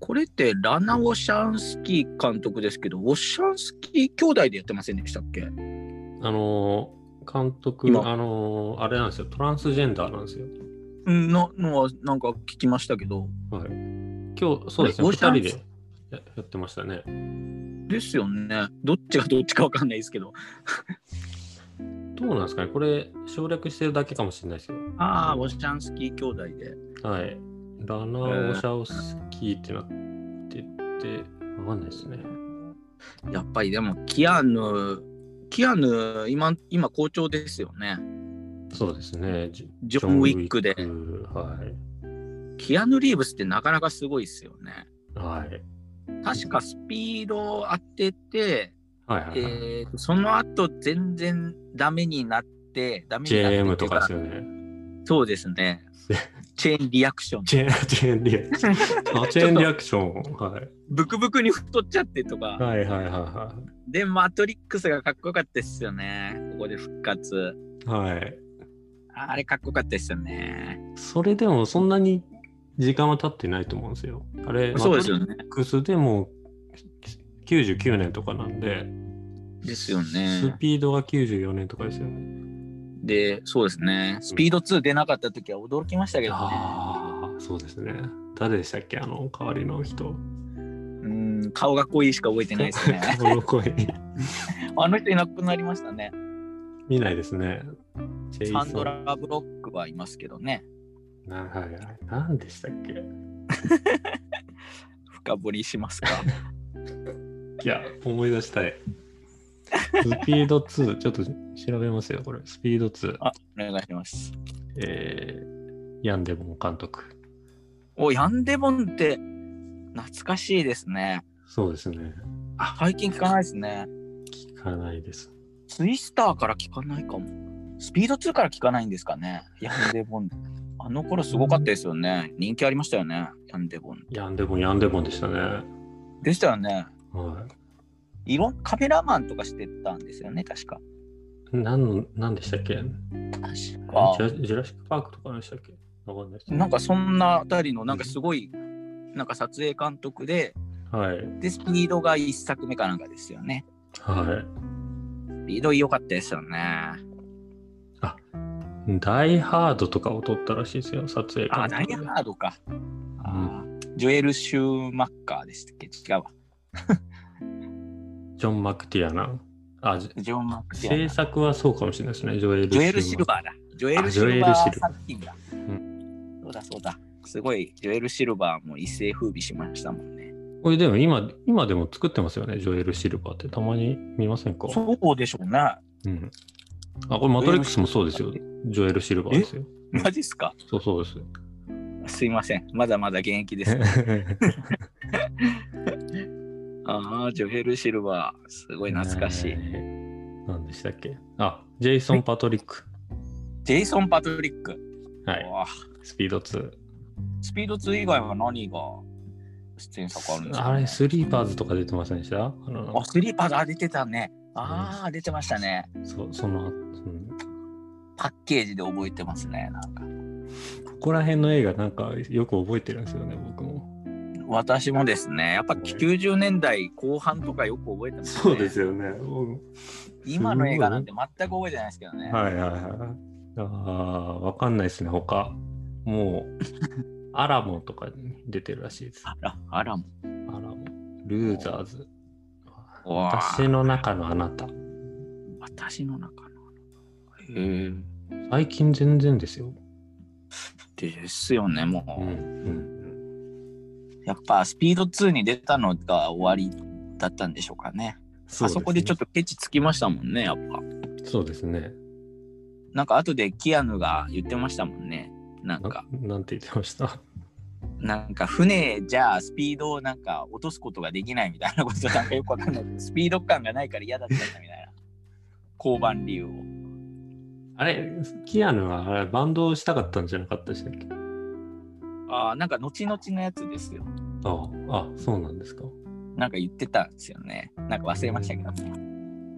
S2: これってラナ・ウォシャンスキー監督ですけど、ウォシャンスキー兄弟でやってませんでしたっけ
S1: あのー、監督、
S2: 今
S1: あのー、あれなんですよ、トランスジェンダーなんですよ。
S2: うんののはなんか聞きましたけど。
S1: はい。今日、そうですね、2
S2: あれ
S1: 人
S2: オー
S1: で
S2: シャ
S1: ややってましたね。
S2: ですよね。どっちがどっちかわかんないですけど。
S1: どうなんですかねこれ省略してるだけかもしれないですよ。
S2: ああ、ウォシャンスキー兄弟で。
S1: はい。ラナー・オシャオスキーってなってて、わかんないですね。
S2: やっぱりでも、キアヌ、キアヌ、今、今好調ですよね。
S1: そうですね。ジ
S2: ジョン・ウィックで
S1: ジ。ョンウィックはい。
S2: キアヌ・リーブスってなかなかすごいですよね。
S1: はい。
S2: 確かスピードを当てて、
S1: はいはい、はい
S2: えーとその後全然ダメになって、ダメになってっていう
S1: JM とかですよね。
S2: そうですね。チェーンリアクション。
S1: チェーンチェーンリアクシ ョン。あチェーンリアクション。はい。
S2: ブクブクに太っちゃってとか。
S1: はいはいは
S2: で、マトリックスがかっこよかったですよね。ここで復活。
S1: いはい。はい。
S2: あれかっこよかったですよね。
S1: それでもそんなに時間は経ってないと思うんですよ。あれ、
S2: そうですよね
S1: マトリックスでも99年とかなんで、
S2: ですよ
S1: ス
S2: ね。
S1: ピードが94年とかですよね。
S2: で、そうですね。スピード2出なかった時は驚きましたけどね。
S1: ああ、そうですね。誰でしたっけあの代わりの人。
S2: うん、顔が濃いしか覚えてないですね。
S1: この声
S2: あの人いなくなりましたね。
S1: 見ないですね。ジェイソ
S2: サ
S1: ン
S2: ンドラ・ブロックはいますけどね。
S1: なはいはい。何でしたっけ
S2: 深掘りしますか。
S1: いや、思い出したい。スピード2、ちょっと調べますよ、これ。スピード2、
S2: あ、お願いします。
S1: えー、ヤンデボン監督。
S2: お、ヤンデボンって懐かしいですね。
S1: そうですね。
S2: 最近聞かないですね。
S1: 聞かないです。
S2: ツイスターから聞かないかも。スピード2から聞かないんですかね。ヤンデボン。 あの頃すごかったですよね。人気ありましたよね。ヤンデボン。
S1: ヤンデボン、ヤンデボンでしたね。
S2: でしたよね。
S1: はい
S2: ろんカメラマンとかしてたんですよね、確か。
S1: い。何の、何でしたっけ
S2: 確
S1: ジュラジュラシック・パークとかでしたっけわかんないです。
S2: なんかそんなあたりの、なんかすごい、なんか撮影監督で、
S1: はい。
S2: で、スピードが1作目かなんかですよね。
S1: はい。
S2: スピード良かったですよね。
S1: ダイハードとかを撮ったらしいですよ、撮影
S2: あ、
S1: 監督
S2: ダイ
S1: で
S2: ハードか。あージョエル・シューマッカーでしたっけ違うわ。
S1: ジョン・マクティアナ。あ、じ
S2: ジョン・マックティアナ
S1: 制作はそうかもしれないですね、ジョエル・
S2: ジョエル・シルバーだ。ジョエル・シルバー作品だ。そうだそうだ。すごい、ジョエル・シルバーも一世風靡しましたもんね。
S1: ー。これでも今、今でも作ってますよね、ジョエル・シルバーってたまに見ませんか
S2: そうでしょうね。
S1: うん。あ、これマトリックスもそうですよ、ジョエル・シルバーですよ。
S2: マジっすか
S1: そうそうです。
S2: すいません。まだまだ現役です。ああ、ジョエル・シルバー。すごい懐 かしい。
S1: い。何でしたっけあ、ジェイソン・パトリック。
S2: ジェイソン・パトリック。
S1: はい。
S2: わあ
S1: スピード2。
S2: スピード2以外は何が出演作あるんですか、
S1: あれ、スリーパーズとか出てませんでしたあの
S2: あスリーパーズあ出てたね。ああ、出てましたね。
S1: そその、うん
S2: パッケージで覚えてますね。なんか
S1: ここら辺の映画なんかよく覚えてるんですよね、僕も。
S2: 私もですね、やっぱ90年代後半とかよく覚えてますね。
S1: すよね。僕
S2: 今の映画なんて全く覚えてないですけどね。
S1: はいはいはい。ああ、わかんないですね、他。もう、アラモとかに出てるらしいです。ア
S2: ああらも。
S1: ラモ。ルーザーズ。
S2: うわー
S1: 私の中のあなた。
S2: 私の中の。へえ。
S1: 最近全然ですよ。
S2: ですよね、も
S1: う
S2: う。
S1: んうん。
S2: やっぱスピード2に出たのが終わりだったんでしょうかね。
S1: そ
S2: あそこでちょっとケチつきましたもんね、やっぱ。
S1: と。そうですね。
S2: なんか後でキアヌが言ってましたもんね。なん
S1: な
S2: か、
S1: なんて言ってました。
S2: なんか船じゃあスピードをなんか落とすことができないみたいなことなんかよくわかんないけど。スピード感がないから嫌だったんだみたいな。降板理由を。
S1: あれ、キアヌはあれバンドをしたかったんじゃなかったでしたっけ
S2: ああ、なんか後々のやつですよ。
S1: ああ、そうなんですか。
S2: なんか言ってたんですよね。なんか忘れましたけど。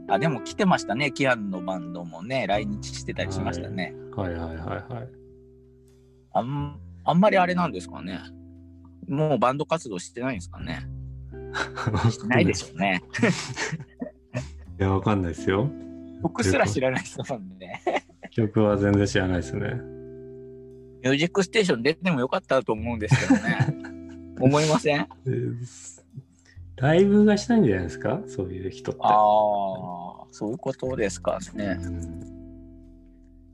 S2: あ、でも来てましたね。キアヌのバンドもね、来日してたりしましたね。
S1: はいはいはいはい。
S2: あんあんまりあれなんですかね。もうバンド活動してないんですかね。ないでしょうね。
S1: いや、わかんないですよ。
S2: 僕すら知らないですもんね。
S1: 曲は全然知らないですね。
S2: ミュージックステーション出てもよかったと思うんですけどね。思いませんあ
S1: えーライブがしたいんじゃないですかそういう人って。
S2: あ、そういうことですかね。
S1: うん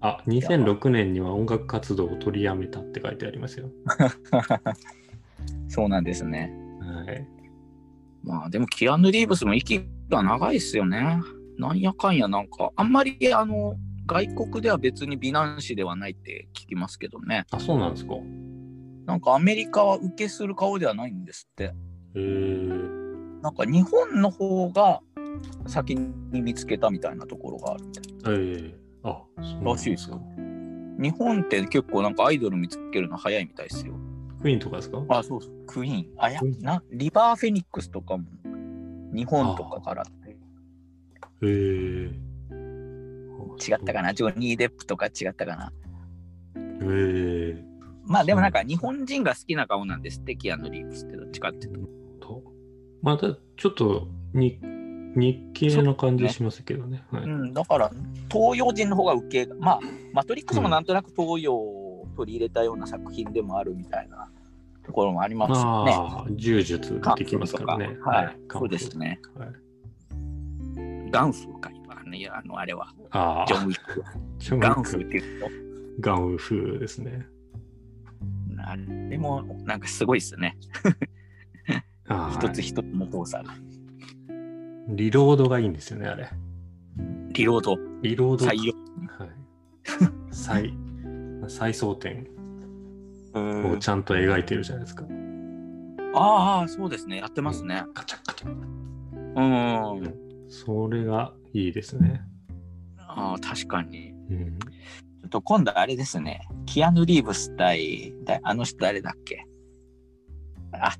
S1: あ、2006年には音楽活動を取りやめたって書いてありますよ。
S2: そうなんですね。
S1: はい。
S2: まあでもキアヌ・リーブスも息が長いですよね。なんやかんやなんか、あんまりあの、外国では別に美男子ではないって聞きますけどね。
S1: あ、そうなんですか。
S2: なんかアメリカは受けする顔ではないんですって。
S1: えー、
S2: なんか日本の方が先に見つけたみたいなところがあるみたい
S1: えー、あ、そうなん
S2: らしいですよ日本って結構なんかアイドル見つけるの早いみたいですよ。
S1: クイーンとかですか
S2: あ、そうそう。クイーン。あ、や
S1: クイーン
S2: な、リバーフェニックスとかも日本とかからって
S1: えー、
S2: 違ったかな。ジョニー・デップとか違ったかな。
S1: えー、
S2: まあでもなんか日本人が好きな顔なんですって、キアヌ・リーブスってどっちかっていうと。
S1: とまたちょっとに日系の感じしますけどね。は
S2: う
S1: い、
S2: ん、だから東洋人の方が受けが、まあ、マトリックスもなんとなく東洋を取り入れたような作品でもあるみたいなところもありますよね。
S1: ああ、柔術出てきますからね。
S2: カンフーとかはいそうです。
S1: カン
S2: ね。
S1: フーはい
S2: ガンフーか、今ね、あの、あれは、
S1: ああ、
S2: ジョン・ウィック。
S1: ジョンウ
S2: ガ
S1: ィ
S2: ン
S1: ッ
S2: フ
S1: ク
S2: ーっていうと、
S1: ガンウフですね。
S2: あれも、なんかすごいですね。
S1: ああ
S2: 一つ一つの動作が。
S1: リロードがいいんですよね、あれ。
S2: リロード、
S1: リロード。
S2: 採用。
S1: はい。再、再争点をちゃんと描いてるじゃないですか。
S2: ああ、そうですね。やってますね。
S1: カチャカチャ。
S2: うん。
S1: んそれがいいですね。
S2: ああ、確かに。
S1: うん。
S2: ちょっと今度あれですね。キアヌ・リーブス対、だあの人誰だっけあ、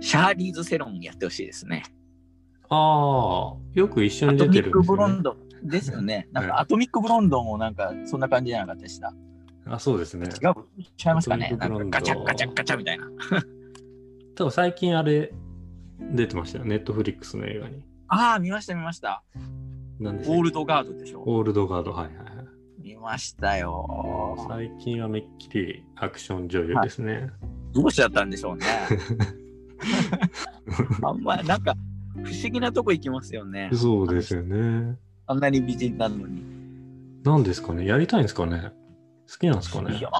S2: シャーリーズ・セロンやってほしいですね。
S1: ああ、よく一緒
S2: ア
S1: に
S2: ト
S1: 出
S2: ミ
S1: てるん
S2: ック・
S1: です
S2: ブロ
S1: よ
S2: ン
S1: ね。
S2: ドですよね。なん
S1: は
S2: か
S1: い
S2: アトミック・ブロンドもなんかそんな感じじゃなかったでした。
S1: あ、そうですね。
S2: 違う違いますかね
S1: ア
S2: な
S1: ト
S2: ん
S1: ミックブロ
S2: か
S1: ンド
S2: ガチャガチャガチャみたいな。
S1: 多分最近あれ出てましたよ、ネットフリックスの映画に。
S2: ああ、見ました見ました。
S1: 何でしたっ
S2: オ
S1: け
S2: ールドガードでしょ。
S1: オールドガード、はいはいはい。
S2: 見ましたよ。
S1: 最近はめっきりアクション女優ですね。
S2: どうしちゃったんで しょうね。あんまなんか不思議なとこ行きますよね。
S1: そうですよね。
S2: あんなに美人なのに。
S1: なんですかねやりたいんですかね好きなんですかね
S2: いや、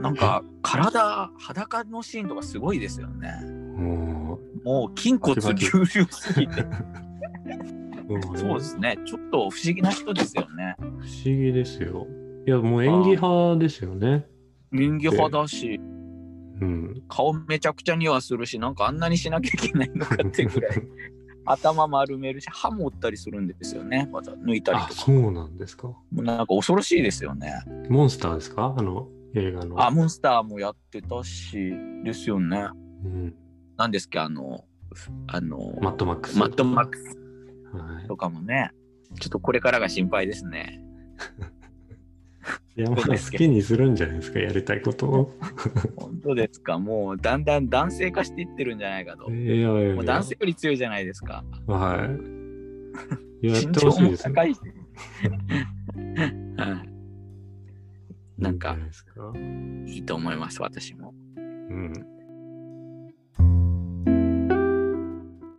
S2: なんか体、裸のシーンとかすごいですよね。
S1: も
S2: もう筋骨
S1: バキ
S2: 隆
S1: バ
S2: 々す ぎて。
S1: う、うん
S2: そうですね。ちょっと不思議な人ですよね。
S1: 不思議ですよ。いや、もう演技派ですよね。
S2: 人気派だし、
S1: うん。
S2: 顔めちゃくちゃにはするし、なんかあんなにしなきゃいけないのかって ぐらい。頭丸めるし、歯も折ったりするんですよね。また抜いたり
S1: あ、
S2: とか。
S1: そうなんですか。
S2: もうなんか恐ろしいですよね。
S1: モンスターですかあの映画の。
S2: あ、モンスターもやってたし、ですよね。
S1: うん、
S2: なんですけど、あの、ふあの、
S1: マットマックス。
S2: マッドマックス
S1: はい
S2: とかもね、ちょっとこれからが心配ですね。
S1: いや、まあ、好きにするんじゃないですか、やりたいことを。
S2: 本当ですか、もうだんだん男性化していってるんじゃないかと。も
S1: いやいやいうや
S2: 男。性より強いじゃないですか。
S1: はい。いややっ
S2: 身
S1: てほ
S2: 長
S1: しい
S2: も
S1: ですね。
S2: 高 いし。はい
S1: い
S2: なん
S1: じゃ
S2: か
S1: いですか。
S2: いいと思います、私も。
S1: うん。